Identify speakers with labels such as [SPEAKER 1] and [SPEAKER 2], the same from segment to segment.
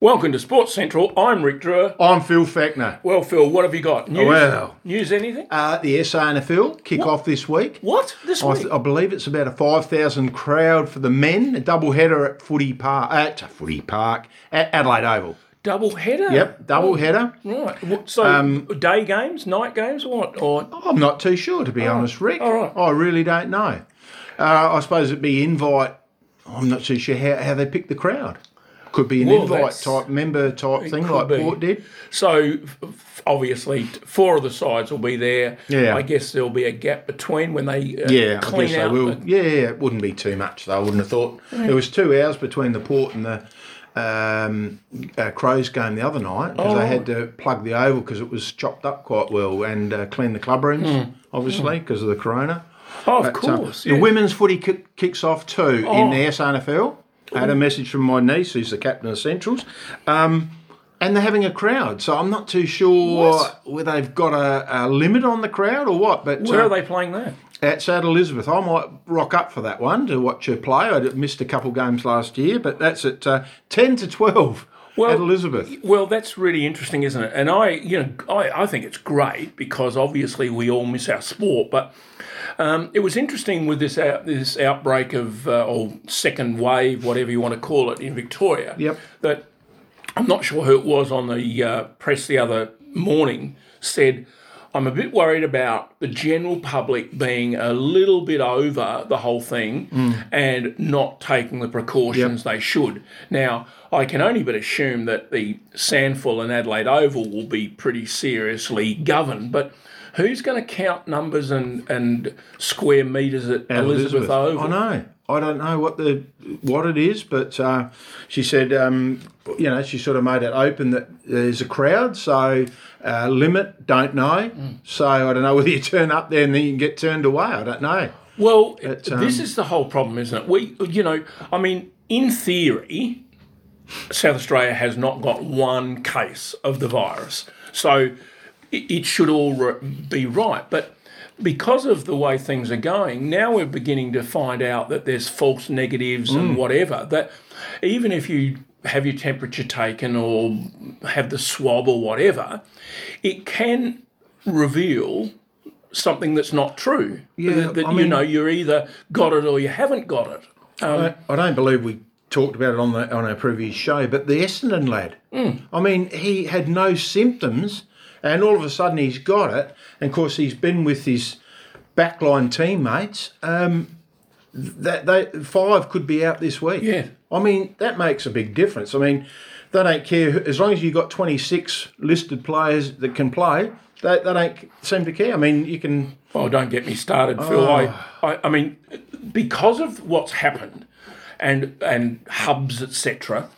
[SPEAKER 1] Welcome to Sports Central. I'm Rick Drew.
[SPEAKER 2] I'm Phil Fackner.
[SPEAKER 1] Well, Phil, what have you got? News?
[SPEAKER 2] Well.
[SPEAKER 1] News anything?
[SPEAKER 2] Uh, the SANFL kick
[SPEAKER 1] What?
[SPEAKER 2] off this week.
[SPEAKER 1] What? This
[SPEAKER 2] I,
[SPEAKER 1] week?
[SPEAKER 2] th- I believe it's about a 5,000 crowd for the men. A double header at Footy Park, at Footy Park, at Adelaide Oval.
[SPEAKER 1] double header?
[SPEAKER 2] Yep, Um, double header.
[SPEAKER 1] Right. Wh- So, day games, night games, what? Or
[SPEAKER 2] I'm not too sure, to be honest, Rick.
[SPEAKER 1] all right.
[SPEAKER 2] I really don't know. Uh, I suppose it'd be invite. I'm not too sure how, how they pick the crowd. Could be an
[SPEAKER 1] Well,
[SPEAKER 2] invite
[SPEAKER 1] that's-
[SPEAKER 2] type, member type thing
[SPEAKER 1] could
[SPEAKER 2] like
[SPEAKER 1] be.
[SPEAKER 2] Port did.
[SPEAKER 1] so f- f- obviously t- four of the sides will be there.
[SPEAKER 2] Yeah.
[SPEAKER 1] I guess there'll be a gap between when they uh,
[SPEAKER 2] Yeah, I
[SPEAKER 1] clean
[SPEAKER 2] guess they
[SPEAKER 1] out.
[SPEAKER 2] will.
[SPEAKER 1] the-
[SPEAKER 2] Yeah, yeah, it wouldn't be too much though. I wouldn't have thought. There was two hours between the Port and the um, uh, Crows game the other night because they had
[SPEAKER 1] Oh.
[SPEAKER 2] to plug the oval because it was chopped up quite well and uh, clean the club rooms obviously because of the corona.
[SPEAKER 1] Oh, Hmm. of
[SPEAKER 2] So,
[SPEAKER 1] course.
[SPEAKER 2] uh, The
[SPEAKER 1] yeah. Oh.
[SPEAKER 2] women's footy kick, kicks off too in the SNFL. I had a message from my niece, who's the captain of Centrals, um, and they're having a crowd. So I'm not too sure
[SPEAKER 1] What?
[SPEAKER 2] whether they've got a, a limit on the crowd or what. But
[SPEAKER 1] Where
[SPEAKER 2] uh,
[SPEAKER 1] are they playing that?
[SPEAKER 2] at St Elizabeth. I might rock up for that one to watch her play. I missed a couple games last year, but that's at uh, 10 to 12
[SPEAKER 1] Well,
[SPEAKER 2] at Elizabeth.
[SPEAKER 1] Well, that's really interesting, isn't it? And I, you know, I, I think it's great because obviously we all miss our sport. But um, it was interesting with this out, this outbreak of uh, or second wave, whatever you want to call it, in Victoria.
[SPEAKER 2] Yep.
[SPEAKER 1] That I'm not sure who it was on the uh, press the other morning said. I'm a bit worried about the general public being a little bit over the whole thing
[SPEAKER 2] Mm.
[SPEAKER 1] and not taking the precautions they should. Now, I can only but assume that the Sandful and Adelaide Oval will be pretty seriously governed, but who's going to count numbers and, and square metres at Elizabeth, Oval?
[SPEAKER 2] I know. I don't know what the what it is, but uh, she said, um, you know, she sort of made it open that there's a crowd, so uh, limit, don't know.
[SPEAKER 1] Mm.
[SPEAKER 2] So I don't know whether you turn up there and then you can get turned away. I don't know.
[SPEAKER 1] Well, this
[SPEAKER 2] um,
[SPEAKER 1] is the whole problem, isn't it? We, you know, I mean, in theory, South Australia has not got one case of the virus, so it, it should all r be right. But because of the way things are going, now we're beginning to find out that there's false negatives
[SPEAKER 2] Mm.
[SPEAKER 1] and whatever. That even if you have your temperature taken or have the swab or whatever, it can reveal something that's not true. that, that,
[SPEAKER 2] I
[SPEAKER 1] you
[SPEAKER 2] mean-
[SPEAKER 1] know you're either got it or you haven't got it. Um,
[SPEAKER 2] I, I don't believe we talked about it on the on our previous show, but the Essendon lad.
[SPEAKER 1] Hmm.
[SPEAKER 2] I mean, he had no symptoms, and all of a sudden he's got it. And of course, he's been with his backline teammates. Um, that they five could be out this week.
[SPEAKER 1] Yeah.
[SPEAKER 2] I mean that makes a big difference. I mean, they don't care who- as long as you've got twenty six listed players that can play. They, they don't seem to care. I mean, you can
[SPEAKER 1] Oh, don't get me started, Phil. I,
[SPEAKER 2] Ah.
[SPEAKER 1] I, I mean, because of what's happened, and and hubs, etc.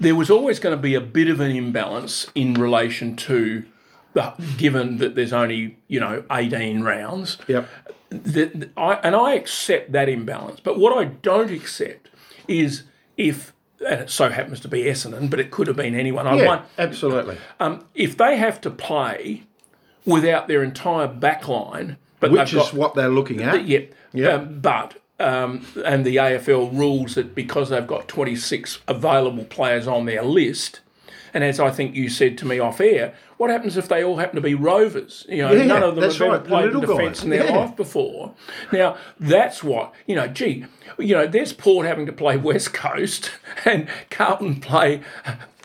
[SPEAKER 1] There was always going to be a bit of an imbalance in relation to the given that there's only you know 18 rounds.
[SPEAKER 2] yep.
[SPEAKER 1] that I, and I accept that imbalance. But what I don't accept is if, and it so happens to be Essendon, but it could have been anyone. I
[SPEAKER 2] Yeah,
[SPEAKER 1] want
[SPEAKER 2] absolutely.
[SPEAKER 1] um, if they have to play without their entire back line, but
[SPEAKER 2] Which
[SPEAKER 1] they've
[SPEAKER 2] is
[SPEAKER 1] got,
[SPEAKER 2] what they're looking at.
[SPEAKER 1] Yep. Um, but um, and the AFL rules that because they've got 26 available players on their list, and as I think you said to me off air, what happens if they all happen to be rovers? You know,
[SPEAKER 2] Yeah,
[SPEAKER 1] none of them
[SPEAKER 2] that's
[SPEAKER 1] have ever
[SPEAKER 2] right, the
[SPEAKER 1] played in
[SPEAKER 2] little
[SPEAKER 1] defence
[SPEAKER 2] guys.
[SPEAKER 1] in their
[SPEAKER 2] Yeah.
[SPEAKER 1] life before. Now that's what you know. Gee, you know, there's Port having to play West Coast and Carlton play.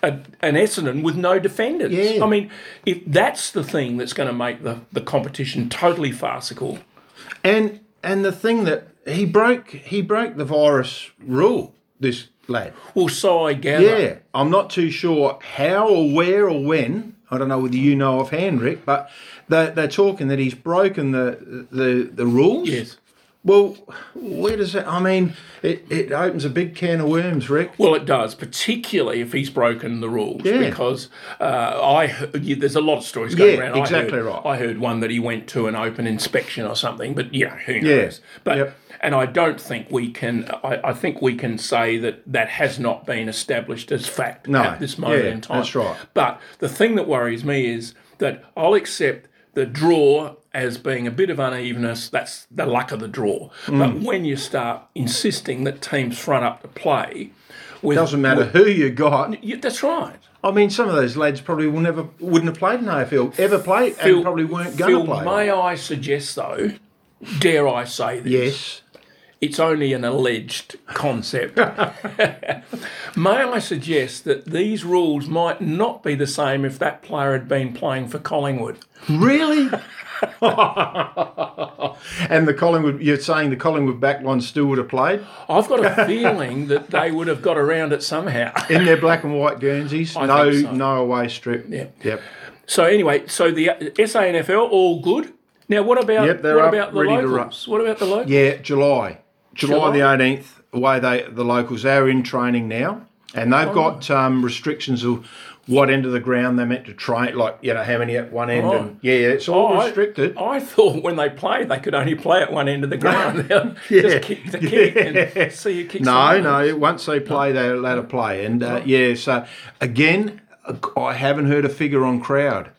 [SPEAKER 1] A, an Essendon with no defenders.
[SPEAKER 2] Yeah.
[SPEAKER 1] I mean, if that's the thing that's going to make the, the competition totally farcical,
[SPEAKER 2] And and the thing that he broke he broke the virus rule, this lad.
[SPEAKER 1] Well, so I gather.
[SPEAKER 2] Yeah. I'm not too sure how or where or when. I don't know whether you know offhand, Rick, but they they're talking that he's broken the the, the rules.
[SPEAKER 1] Yes.
[SPEAKER 2] Well, where does that? I mean, it, it opens a big can of worms, Rick.
[SPEAKER 1] Well, it does, particularly if he's broken the rules,
[SPEAKER 2] Yeah.
[SPEAKER 1] because uh, I heard, yeah, there's a lot of stories going
[SPEAKER 2] Yeah,
[SPEAKER 1] around. I
[SPEAKER 2] exactly
[SPEAKER 1] heard,
[SPEAKER 2] right.
[SPEAKER 1] I heard one that he went to an open inspection or something, but you know who
[SPEAKER 2] Yeah.
[SPEAKER 1] knows. But
[SPEAKER 2] Yep.
[SPEAKER 1] and I don't think we can. I, I think we can say that that has not been established as fact
[SPEAKER 2] No.
[SPEAKER 1] at this moment
[SPEAKER 2] Yeah,
[SPEAKER 1] in time.
[SPEAKER 2] that's right.
[SPEAKER 1] But the thing that worries me is that I'll accept the draw as being a bit of unevenness. That's the
[SPEAKER 2] Mm.
[SPEAKER 1] luck of the draw. But when you start insisting that teams front up to play with
[SPEAKER 2] Doesn't matter who you got.
[SPEAKER 1] Yeah, that's right.
[SPEAKER 2] I mean, some of those lads probably will never wouldn't have played in AFL, ever played,
[SPEAKER 1] Phil-
[SPEAKER 2] and probably weren't
[SPEAKER 1] Phil,
[SPEAKER 2] going to play.
[SPEAKER 1] may I suggest though, dare I say this?
[SPEAKER 2] yes,
[SPEAKER 1] It's only an alleged concept. may I suggest that these rules might not be the same if that player had been playing for Collingwood?
[SPEAKER 2] really. and the Collingwood, you're saying the Collingwood backline still would have played
[SPEAKER 1] I've got a feeling that they would have got around it somehow.
[SPEAKER 2] in their black and white Guernseys. no,
[SPEAKER 1] think so.
[SPEAKER 2] no away strip.
[SPEAKER 1] Yep.
[SPEAKER 2] yep.
[SPEAKER 1] So anyway, so the uh, SANFL all good. Now what about
[SPEAKER 2] Yep, they're
[SPEAKER 1] what
[SPEAKER 2] up,
[SPEAKER 1] about the
[SPEAKER 2] ready to
[SPEAKER 1] locals? What about the locals?
[SPEAKER 2] Yeah, July.
[SPEAKER 1] July?
[SPEAKER 2] July, the 18th, away they the locals. They're in training now. And they've got um, restrictions of what end of the ground they're meant to train, like, you know, how many at one end. And, yeah, yeah, it's all
[SPEAKER 1] I-
[SPEAKER 2] restricted.
[SPEAKER 1] I, thought when they played, they could only play at one end of the ground.
[SPEAKER 2] Yeah.
[SPEAKER 1] Just kick the kick and see you kick.
[SPEAKER 2] no,
[SPEAKER 1] someone.
[SPEAKER 2] no, once they play, they're allowed to play. And, uh, yeah, so again, I haven't heard a figure on crowd.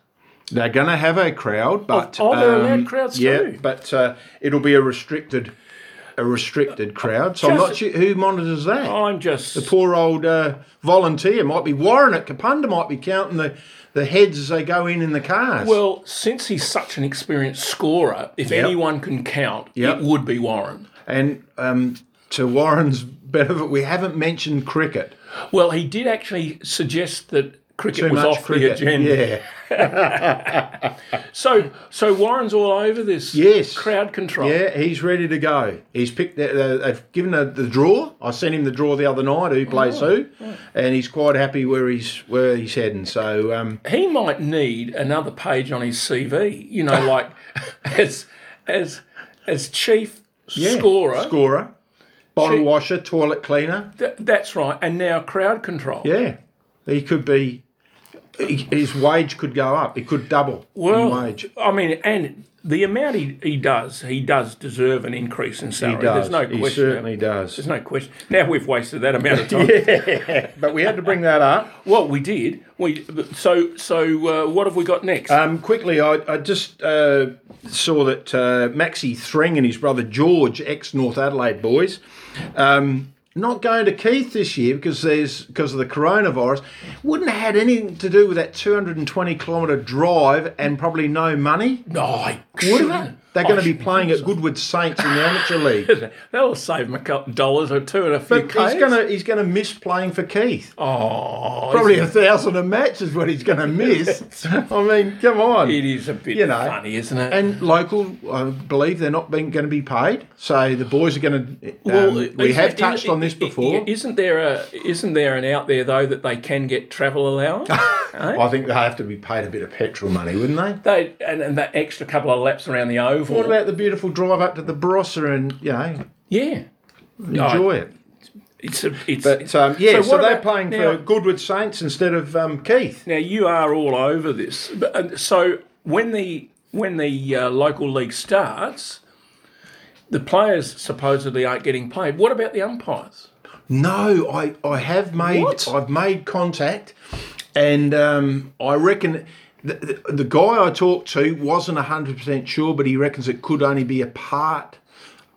[SPEAKER 2] They're going to have a crowd, but um,
[SPEAKER 1] oh, they're allowed crowds
[SPEAKER 2] yeah,
[SPEAKER 1] too.
[SPEAKER 2] but uh, it'll be a restricted, a restricted crowd. So I'm
[SPEAKER 1] Just- Oh.
[SPEAKER 2] not sure who monitors that.
[SPEAKER 1] I'm just
[SPEAKER 2] poor old uh, volunteer might be Warren at Kapunda might be counting the, the heads as they go in in the cars.
[SPEAKER 1] well. Since he's such an experienced scorer, if anyone can count,
[SPEAKER 2] Yep.
[SPEAKER 1] it would be Warren.
[SPEAKER 2] and um, to Warren's benefit, we haven't mentioned cricket.
[SPEAKER 1] Well, he did actually suggest that cricket was off the agenda.
[SPEAKER 2] Yeah,
[SPEAKER 1] So, so Warren's all over this.
[SPEAKER 2] Yes.
[SPEAKER 1] crowd control.
[SPEAKER 2] yeah, he's ready to go. He's picked. The, uh, they've given the, the draw. I sent him the draw the other night. Who plays who? And he's quite happy where he's where he's heading. So um,
[SPEAKER 1] he might need another page on his CV. You know, like as as as chief
[SPEAKER 2] yeah.
[SPEAKER 1] scorer.
[SPEAKER 2] scorer, bottle
[SPEAKER 1] She-
[SPEAKER 2] washer, toilet cleaner.
[SPEAKER 1] Th- that's right. And now crowd control.
[SPEAKER 2] Yeah, he could be. he- His wage could go up. He could double
[SPEAKER 1] Well,
[SPEAKER 2] in wage.
[SPEAKER 1] I mean, and the amount he, he does, he does deserve an increase in salary.
[SPEAKER 2] He does.
[SPEAKER 1] There's no
[SPEAKER 2] he
[SPEAKER 1] question.
[SPEAKER 2] certainly does.
[SPEAKER 1] There's no question. Now we've wasted that amount of time.
[SPEAKER 2] But we had to bring that up
[SPEAKER 1] Well, we did. We so so. Uh, what have we got next?
[SPEAKER 2] um, quickly. I, I just uh, saw that uh, Maxi Thring and his brother George, ex North Adelaide boys, um, not going to Keith this year because there's because of the coronavirus. Wouldn't have had anything to do with that 220 kilometre drive and probably no money.
[SPEAKER 1] no, I
[SPEAKER 2] Would
[SPEAKER 1] shouldn't.
[SPEAKER 2] have They're
[SPEAKER 1] I
[SPEAKER 2] going to be
[SPEAKER 1] shouldn't.
[SPEAKER 2] playing at Goodwood Saints in the amateur league.
[SPEAKER 1] That'll save him a couple dollars or two and a few.
[SPEAKER 2] But he's
[SPEAKER 1] Ks.
[SPEAKER 2] gonna he's gonna miss playing for Keith.
[SPEAKER 1] Oh,
[SPEAKER 2] Probably a thousand a match is what he's gonna miss. I mean, come on.
[SPEAKER 1] It is a bit
[SPEAKER 2] You know,
[SPEAKER 1] funny, isn't it?
[SPEAKER 2] And local, I believe they're not being going to be paid. So the boys are going to.
[SPEAKER 1] Well,
[SPEAKER 2] we
[SPEAKER 1] is-
[SPEAKER 2] have
[SPEAKER 1] is-
[SPEAKER 2] touched on this
[SPEAKER 1] i- i-
[SPEAKER 2] before.
[SPEAKER 1] Isn't there a isn't there an out there though that they can get travel allowance? Eh?
[SPEAKER 2] I think they have to be paid a bit of petrol money, wouldn't they?
[SPEAKER 1] they and, and that extra couple of laps around the oval.
[SPEAKER 2] What about the beautiful drive up to the Barossa and you know
[SPEAKER 1] yeah?
[SPEAKER 2] enjoy it?
[SPEAKER 1] It's a, it's
[SPEAKER 2] But um, yeah, so,
[SPEAKER 1] Oh, what
[SPEAKER 2] they're
[SPEAKER 1] about-
[SPEAKER 2] playing
[SPEAKER 1] now,
[SPEAKER 2] for Goodwood Saints instead of um, Keith.
[SPEAKER 1] Now you are all over this. But, and so when the when the uh, local league starts, the players supposedly aren't getting paid. What about the umpires?
[SPEAKER 2] No, I, I have made
[SPEAKER 1] What?
[SPEAKER 2] I've made contact, and um, I reckon the, the, the guy I talked to wasn't hundred percent sure, but he reckons it could only be a part.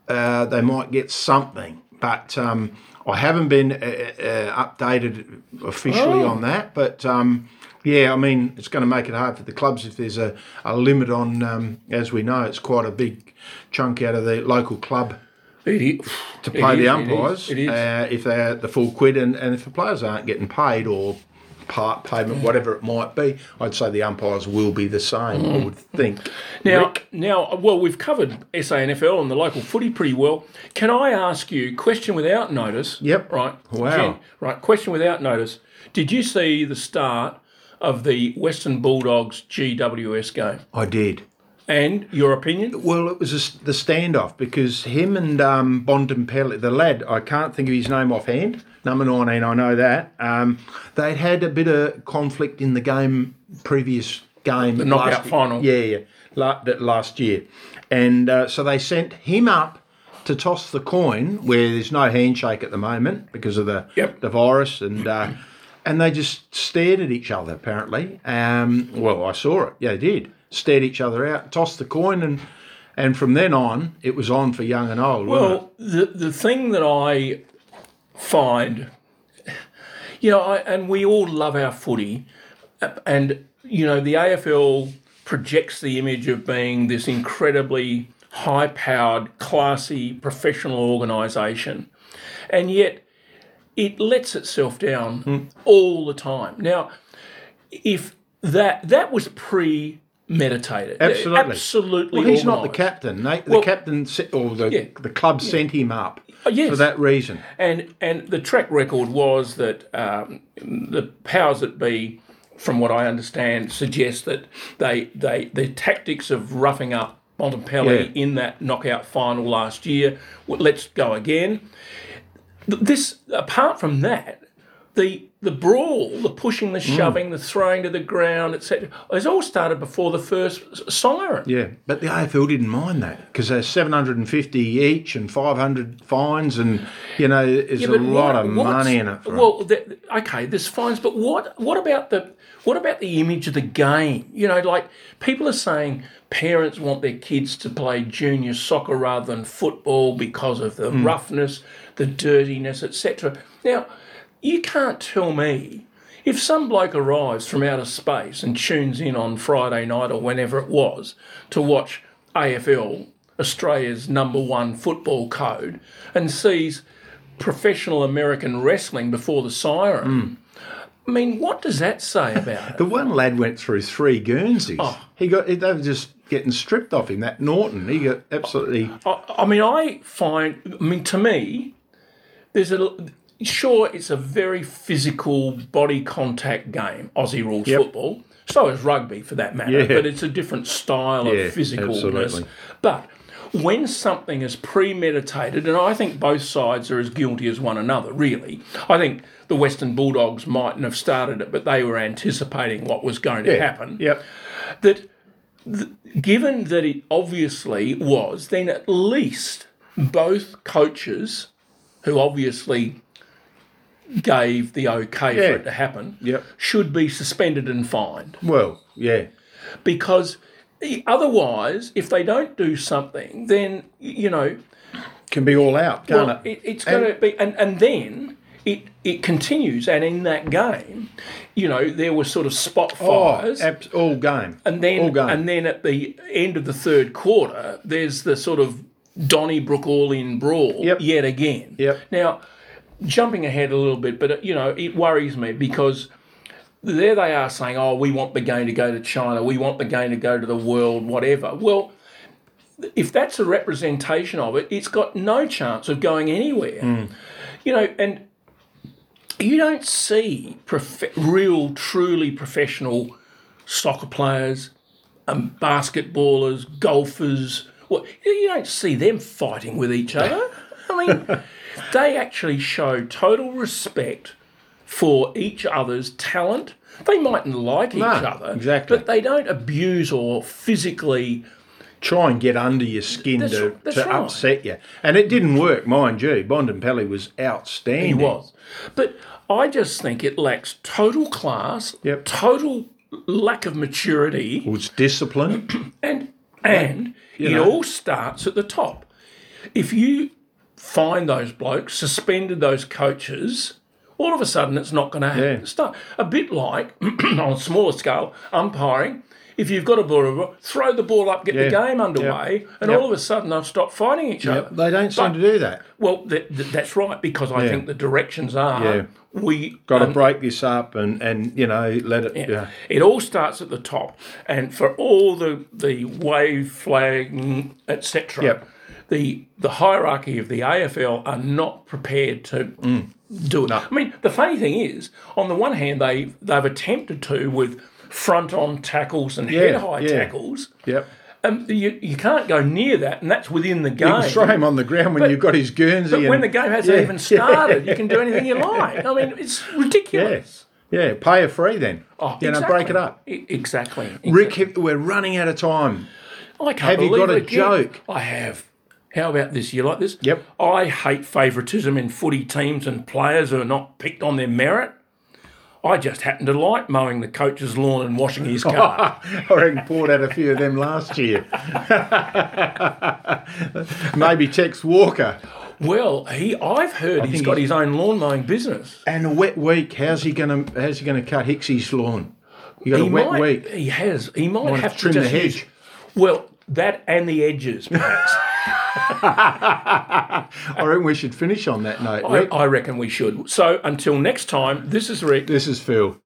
[SPEAKER 2] Uh, they might get something, but um, I haven't been uh, uh, updated officially on that. But um, yeah, I mean, it's going to make it hard for the clubs if there's a, a limit on. Um, as we know, it's quite a big chunk out of the local club
[SPEAKER 1] to
[SPEAKER 2] pay the umpires
[SPEAKER 1] It is.
[SPEAKER 2] Uh, if they're the full quid and, and if the players aren't getting paid or part payment, whatever it might be, I'd say the umpires will be the same, I would think.
[SPEAKER 1] Mm. Now, now, well, we've covered SANFL and the local footy pretty well. Can I ask you question without notice?
[SPEAKER 2] Yep.
[SPEAKER 1] Right.
[SPEAKER 2] Wow.
[SPEAKER 1] right. Question without notice. Did you see the start of the Western Bulldogs GWS game?
[SPEAKER 2] I did.
[SPEAKER 1] And your opinion?
[SPEAKER 2] Well, it was a s the standoff because him and um, Bondampelli, the lad, I can't think of his name offhand, number 19, I know that, um, they'd had a bit of conflict in the game, previous game. The
[SPEAKER 1] knockout final.
[SPEAKER 2] Yeah, yeah, la- that last year. And uh, so they sent him up to toss the coin where there's no handshake at the moment because of the,
[SPEAKER 1] Yep.
[SPEAKER 2] the virus and... Uh, and they just stared at each other, apparently. Um, well, I saw it. Yeah, they did. Stared each other out, tossed the coin, and and from then on, it was on for young and old. wasn't it?
[SPEAKER 1] Well, the the thing that I find you know, I, and we all love our footy, uh, and you know the AFL projects the image of being this incredibly high-powered, classy, professional organisation, and yet it lets itself down
[SPEAKER 2] Hmm.
[SPEAKER 1] all the time. Now, if that that was premeditated,
[SPEAKER 2] Absolutely.
[SPEAKER 1] absolutely.
[SPEAKER 2] Well, he's not the
[SPEAKER 1] organised.
[SPEAKER 2] captain. They, the captain se- or the
[SPEAKER 1] Yeah.
[SPEAKER 2] the club sent him up
[SPEAKER 1] Oh, yes.
[SPEAKER 2] for that reason.
[SPEAKER 1] And and the track record was that um, the powers that be, from what I understand, suggest that they they their tactics of roughing up Montempelli
[SPEAKER 2] Yeah.
[SPEAKER 1] in that knockout final last year. w- Let's go again. Th- This apart from that, the the brawl, the pushing, the shoving, the throwing to the ground, etc. It's all started before the first s- siren.
[SPEAKER 2] Yeah, but the AFL didn't mind that because there's 750 each and 500 fines, and you know, there's a
[SPEAKER 1] But what-
[SPEAKER 2] lot of
[SPEAKER 1] what's-
[SPEAKER 2] money in it. For 'em.
[SPEAKER 1] well, the, okay, there's fines, but what what about the what about the image of the game? You know, like people are saying parents want their kids to play junior soccer rather than football because of the
[SPEAKER 2] Hmm.
[SPEAKER 1] roughness, the dirtiness, etc. Now, you can't tell me if some bloke arrives from outer space and tunes in on Friday night or whenever it was to watch AFL, Australia's number one football code, and sees professional American wrestling before the siren. I mean, what does that say about it?
[SPEAKER 2] The one lad went through three Guernseys.
[SPEAKER 1] Oh.
[SPEAKER 2] He got they were just getting stripped off him. That Norton, he got absolutely.
[SPEAKER 1] I, I mean, I find, I mean, to me, there's a sure it's a very physical body contact game, Aussie rules football. So is rugby for that matter,
[SPEAKER 2] Yeah.
[SPEAKER 1] but it's a different style
[SPEAKER 2] Yeah,
[SPEAKER 1] of physicalness.
[SPEAKER 2] absolutely.
[SPEAKER 1] But when something is premeditated, and I think both sides are as guilty as one another, really. I think the Western Bulldogs mightn't have started it, but they were anticipating what was going to happen.
[SPEAKER 2] Yep.
[SPEAKER 1] that th- given that it obviously was, then at least both coaches, who obviously gave the okay for
[SPEAKER 2] Yeah.
[SPEAKER 1] it to happen,
[SPEAKER 2] Yep.
[SPEAKER 1] should be suspended and fined
[SPEAKER 2] Well, yeah.
[SPEAKER 1] because i- otherwise, if they don't do something, then y- you know
[SPEAKER 2] Can be all out, can't
[SPEAKER 1] well,
[SPEAKER 2] it?
[SPEAKER 1] it, it's going to be, and, and then it it continues. And in that game, you know, there were sort of spot
[SPEAKER 2] Oh,
[SPEAKER 1] fires.
[SPEAKER 2] abs- all game.
[SPEAKER 1] And then,
[SPEAKER 2] all game.
[SPEAKER 1] and then at the end of the third quarter, there's the sort of Donnybrook all-in brawl
[SPEAKER 2] Yep.
[SPEAKER 1] yet again.
[SPEAKER 2] Yep.
[SPEAKER 1] Now, jumping ahead a little bit, but you know, it worries me because there they are saying, "Oh, we want the game to go to China. We want the game to go to the world. Whatever." Well. If that's a representation of it, it's got no chance of going anywhere.
[SPEAKER 2] Mm.
[SPEAKER 1] You know, and you don't see prof- real, truly professional soccer players, um, basketballers, golfers. Well, you- you don't see them fighting with each other. I mean, they actually show total respect for each other's talent. They mightn't like each other,
[SPEAKER 2] exactly.
[SPEAKER 1] but they don't abuse or physically.
[SPEAKER 2] try and get under your skin
[SPEAKER 1] That's-
[SPEAKER 2] to,
[SPEAKER 1] that's
[SPEAKER 2] to
[SPEAKER 1] right.
[SPEAKER 2] upset you. And it didn't work, mind you. Bondempelli was outstanding.
[SPEAKER 1] He was. But I just think it lacks total class,
[SPEAKER 2] Yep.
[SPEAKER 1] total lack of maturity.
[SPEAKER 2] It was disciplined.
[SPEAKER 1] And and it
[SPEAKER 2] know.
[SPEAKER 1] all starts at the top. If you find those blokes, suspended those coaches, all of a sudden it's not going to happen.
[SPEAKER 2] Yeah.
[SPEAKER 1] Start a bit like on a smaller scale umpiring. If you've got a ball, throw the ball up, get the
[SPEAKER 2] Yeah.
[SPEAKER 1] game underway, and all of a sudden they'll stop fighting each other.
[SPEAKER 2] they don't seem to do that.
[SPEAKER 1] Well, th- th- that's right because I think the directions are
[SPEAKER 2] Yeah.
[SPEAKER 1] we
[SPEAKER 2] Got to break this up and, and you know let it. Yeah.
[SPEAKER 1] It all starts at the top, and for all the the wave flag, etc.
[SPEAKER 2] Yep.
[SPEAKER 1] The the hierarchy of the AFL are not prepared to
[SPEAKER 2] Mm.
[SPEAKER 1] do it. I mean, the funny thing is, on the one hand, they they've attempted to with front on tackles and head high
[SPEAKER 2] yeah.
[SPEAKER 1] tackles.
[SPEAKER 2] Yep.
[SPEAKER 1] Um, you, you can't go near that, and that's within the game.
[SPEAKER 2] Throw him on the ground when you've got his Guernsey. and,
[SPEAKER 1] when the game hasn't
[SPEAKER 2] Yeah.
[SPEAKER 1] even started, you can do anything you like. I mean, it's ridiculous.
[SPEAKER 2] Yeah, pay a free then.
[SPEAKER 1] Oh,
[SPEAKER 2] you know, break it up.
[SPEAKER 1] E- exactly.
[SPEAKER 2] Rick, have- we're running out of time.
[SPEAKER 1] I can't
[SPEAKER 2] Have you
[SPEAKER 1] believe
[SPEAKER 2] got a
[SPEAKER 1] it, yeah.
[SPEAKER 2] joke?
[SPEAKER 1] I have. How about this? You like this?
[SPEAKER 2] Yep.
[SPEAKER 1] I hate favouritism in footy teams and players who are not picked on their merit. I just happen to like mowing the coach's lawn and washing his car.
[SPEAKER 2] I reckon poured out a few of them last year. Maybe Tex Walker.
[SPEAKER 1] Well, he I've heard he's
[SPEAKER 2] think
[SPEAKER 1] got
[SPEAKER 2] he's-
[SPEAKER 1] his own lawn mowing business.
[SPEAKER 2] And a wet week. How's he going to? How's he going to cut Hicksy's lawn? You got
[SPEAKER 1] He
[SPEAKER 2] a wet
[SPEAKER 1] might,
[SPEAKER 2] week.
[SPEAKER 1] he has. He might,
[SPEAKER 2] Might
[SPEAKER 1] have
[SPEAKER 2] trim
[SPEAKER 1] to
[SPEAKER 2] the
[SPEAKER 1] just
[SPEAKER 2] hedge.
[SPEAKER 1] use- well, that and the edges, perhaps.
[SPEAKER 2] I reckon we should finish on that note.
[SPEAKER 1] I,
[SPEAKER 2] Rick.
[SPEAKER 1] I reckon we should. So until next time, this is Rick.
[SPEAKER 2] This is Phil.